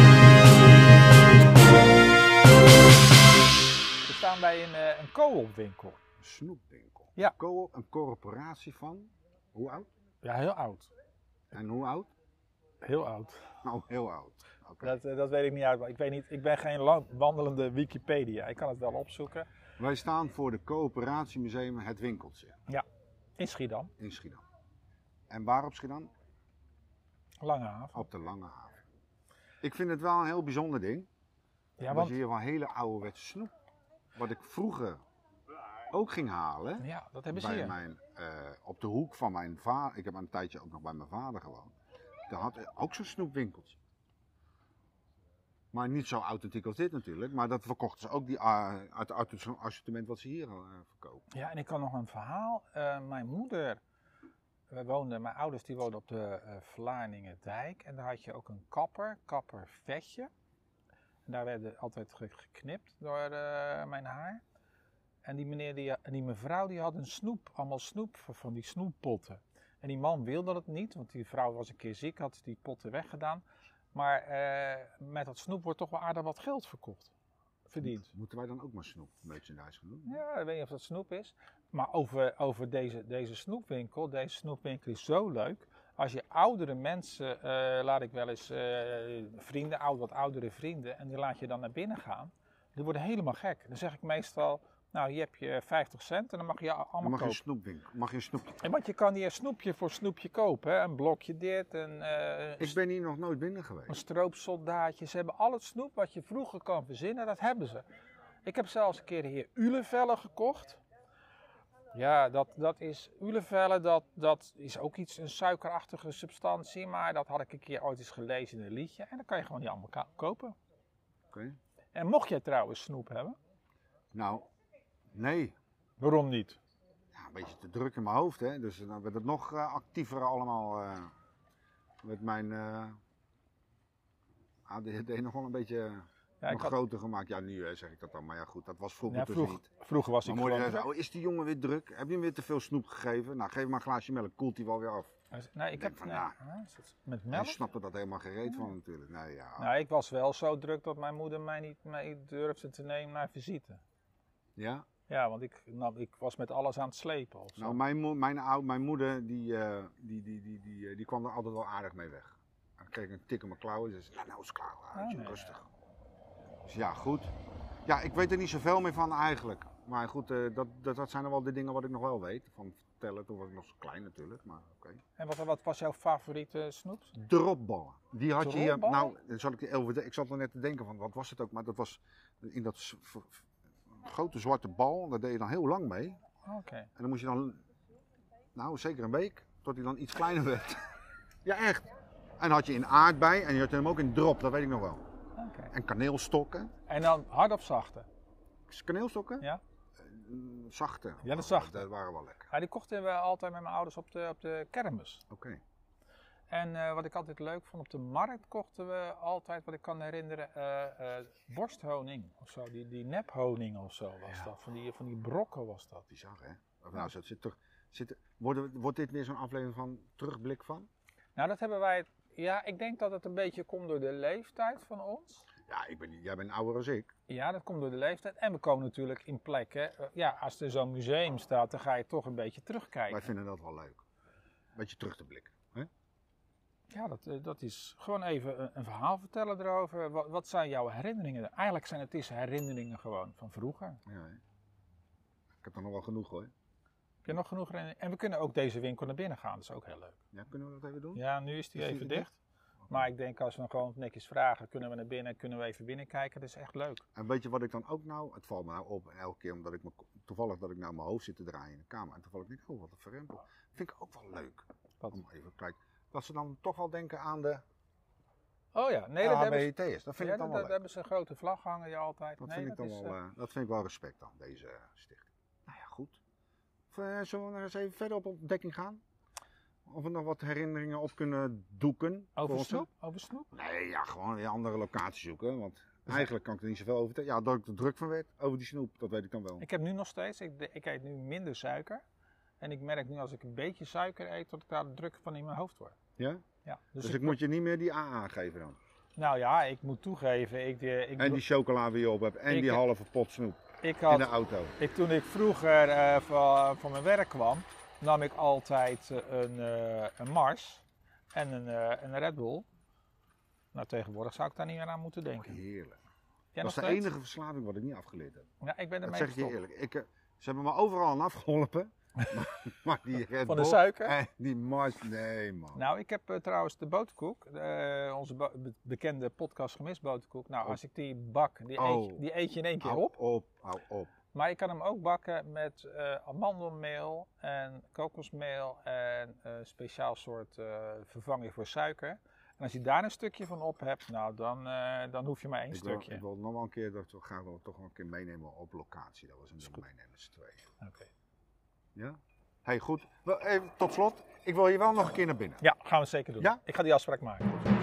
eh, snoepwinkel. Ja. Co- een corporatie van, hoe oud? Ja, heel oud. En hoe oud? Heel oud. Nou, heel oud. Oké. Dat, eh, dat weet ik niet uit. maar Ik, weet niet, ik ben geen lang- wandelende Wikipedia. Ik kan het wel opzoeken. Wij staan voor de coöperatiemuseum Het Winkeltje In Schiedam, in Schiedam. En waar op Schiedam? Langehaven. Op de Lange Haven. Ik vind het wel een heel bijzonder ding. Ja, Dat want je hier wel hele ouderwetse snoep. Wat ik vroeger ook ging halen. ja, dat hebben ze bij hier. mijn, eh, op de hoek van mijn vader. Ik heb een tijdje ook nog bij mijn vader gewoond. Daar had hij ook zo'n snoepwinkeltje. Maar niet zo authentiek als dit natuurlijk. Maar dat verkochten ze ook die, ah, uit het uit- assortiment wat ze hier eh, verkopen. Ja, en ik kan nog een verhaal. Eh, mijn moeder, we woonden, mijn ouders die woonden op de eh Vlaardingendijk. En daar had je ook een kapper, kapper Vetje. En daar werd altijd ge- geknipt door eh, mijn haar. En die, meneer die, en die mevrouw die had een snoep, allemaal snoep v- van die snoeppotten. En die man wilde dat niet, want die vrouw was een keer ziek, had die potten weggedaan. Maar eh, met dat snoep wordt toch wel aardig wat geld verkocht, verdiend. Moeten wij dan ook maar snoep merchandise gaan doen? Ja, ik weet niet of dat snoep is. Maar over, over deze, deze snoepwinkel. Deze snoepwinkel is zo leuk. Als je oudere mensen, eh, laat ik wel eens eh, vrienden, oud, wat oudere vrienden, en die laat je dan naar binnen gaan. Die worden helemaal gek. Dan zeg ik meestal, nou hier heb je 50 cent en dan mag je allemaal Dan mag je een kopen. snoepwinkel. Mag je een snoepje. En want je kan hier snoepje voor snoepje kopen. Hè? Een blokje dit, een, eh, Ik ben hier nog nooit binnen geweest. een stroopsoldaatje. Ze hebben al het snoep wat je vroeger kan verzinnen, dat hebben ze. Ik heb zelfs een keer hier ulevellen gekocht. Ja, dat, dat is ulevellen, dat, dat is ook iets, een suikerachtige substantie. Maar dat had ik een keer ooit eens gelezen in een liedje. En dat kan je gewoon niet allemaal ka- kopen. Oké. En mocht jij trouwens snoep hebben, Nou, nee. waarom niet? Ja, Nou, een Oh. beetje te druk in mijn hoofd, hè. Dus dan werd het nog eh, actiever allemaal. eh, met mijn eh, ADHD nog wel een beetje eh, Ja, nog ik had, groter gemaakt. Ja, nu eh, zeg ik dat dan. Maar ja, goed, dat was vroeger ja, dus vroeg- niet. vroeger was ik Mijn moeder gewoon- zei, zo, oh, is die jongen weer druk? Heb je hem weer te veel snoep gegeven? Nou, geef maar een glaasje melk, koelt hij wel weer af. Nee, ik denk heb... van, nee, ja. hè, is het met Hij melk? snapte dat helemaal gereed van natuurlijk. Nee, ja. Nou, ik was wel zo druk dat mijn moeder mij niet mee durfde te nemen naar visite. ja? Ja, want ik, nou, ik was met alles aan het slepen. Of zo. Nou, mijn, mo- mijn, ou- mijn moeder, die, eh, die, die, die, die, eh, die kwam er altijd wel aardig mee weg. Dan kreeg ik een tik in mijn klauwen. Ze zei, ja, nou is het klaar, laat je Oh, nee. rustig. Dus ja, goed. Ja, ik weet er niet zoveel meer van eigenlijk. Maar goed, eh, dat, dat, dat zijn er wel de dingen wat ik nog wel weet. Van vertellen, toen was ik nog zo klein natuurlijk, maar oké. En wat, wat was jouw favoriete snoep? Dropballen. Die had je hier. Dropballen? Nou, dan zat ik, over- ik zat er net te denken van wat was het ook, maar dat was in dat s- v- v- grote zwarte bal. Daar deed je dan heel lang mee. En Oké. dan moest je dan, nou zeker een week, tot hij dan iets kleiner werd. ja, echt. En had je in aardbei en je had hem ook in drop, dat weet ik nog wel. oké. En kaneelstokken. En dan hard op zachte. Is Kaneelstokken? Ja? Mm, Zachte. Ja, dat zachte. Dat waren wel lekker. ja, die kochten we altijd met mijn ouders op de, op de kermis. Oké. En eh, wat ik altijd leuk vond, op de markt kochten we altijd, wat ik kan herinneren, eh, eh, borsthoning of zo. Die, die nephoning of zo was Ja. dat. Van die, van die brokken was dat. Bizar hè? Of nou, dat zit toch. Zit, worden we- wordt dit weer zo'n aflevering van terugblik van? Nou, dat hebben wij... Ja, ik denk dat het een beetje komt door de leeftijd van ons. Ja, ik ben, niet- jij bent ouder als ik. Ja, dat komt door de leeftijd. En we komen natuurlijk in plekken. eh, Ja, als er zo'n museum staat, dan ga je toch een beetje terugkijken. Wij vinden dat wel leuk. Een beetje terug te blikken. Hè? Ja, dat, eh, dat is gewoon even een, een verhaal vertellen erover. Wat, wat zijn jouw herinneringen? Eigenlijk zijn het is herinneringen gewoon van vroeger. Ja, hè? Ik heb er nog wel genoeg hoor. Heb je nog genoeg herinneringen? En we kunnen ook deze winkel naar binnen gaan, dat is ook heel leuk. Ja, kunnen we dat even doen? Ja, nu is die Is die even dicht? dicht. Maar ik denk als we hem gewoon netjes vragen, kunnen we naar binnen, kunnen we even binnenkijken. Dat is echt leuk. En weet je wat ik dan ook nou, het valt me nou op elke keer omdat ik me, toevallig dat ik nou mijn hoofd zit te draaien in de kamer en toevallig denk ik, oh wat een verrempel. Vind ik ook wel leuk. Wat? Om even te kijken. Dat ze dan toch wel denken aan de Oh ja, nee, dat, hebben, ze, LHBT'ers. Dat vind ja, ik dan dat- dat wel leuk. hebben ze een grote vlag hangen die altijd. Dat nee, vind ik dan is, wel, eh, eh, dat vind ik wel respect dan, deze stichting. Nou ja, goed. Of, eh, zullen we nog eens even verder op ontdekking gaan? Of we nog wat herinneringen op kunnen doeken? voor Over ons- snoep? Over snoep? Nee, ja, gewoon weer andere locatie zoeken. Want eigenlijk kan ik er niet zoveel over vertellen. Ja, dat ik er druk van werd over die snoep, dat weet ik dan wel. Ik heb nu nog steeds, ik, de- ik eet nu minder suiker. En ik merk nu als ik een beetje suiker eet, dat ik daar druk van in mijn hoofd word. Ja? Ja, dus Dus ik- ik moet je niet meer die AA geven dan. nou ja, ik moet toegeven, ik, eh, ik, En die chocola weer op hebt. En Ik- die halve pot snoep. ik in had de auto. Ik, toen ik vroeger eh, van, van mijn werk kwam, nam ik altijd eh, een, eh, een Mars en een, eh, een Red Bull. Nou, tegenwoordig zou ik daar niet meer aan moeten denken. Oh, Heerlijk. Jij dat is nog de steeds? enige verslaving wat ik niet afgeleerd heb. Ja, ik ben Dat ermee zeg ik je gestopt. eerlijk. Ik, eh, ze hebben me overal aan afgeholpen. maar, maar die Red Van de Bull suiker? en die Mars, nee man. Nou, ik heb eh, trouwens de boterkoek, eh, onze bo- be- bekende podcast gemist boterkoek. Nou, Oh. als ik die bak, die, eet, Oh. die eet je in één keer hou op. op. op, hou op. Maar ik kan hem ook bakken met eh, amandelmeel en kokosmeel en eh, een speciaal soort eh, vervanging voor suiker. En als je daar een stukje van op hebt, nou dan, eh, dan hoef je maar één Ik wil, stukje. ik wil nog wel een keer, dat we gaan we toch wel een keer meenemen op locatie. Dat was een Is ding goed. meenemen met z'n tweeën. Oké. Ja? hey, goed. Wel, even tot slot, ik wil je wel nog een keer naar binnen. Ja, gaan we zeker doen. Ja? Ik ga die afspraak maken.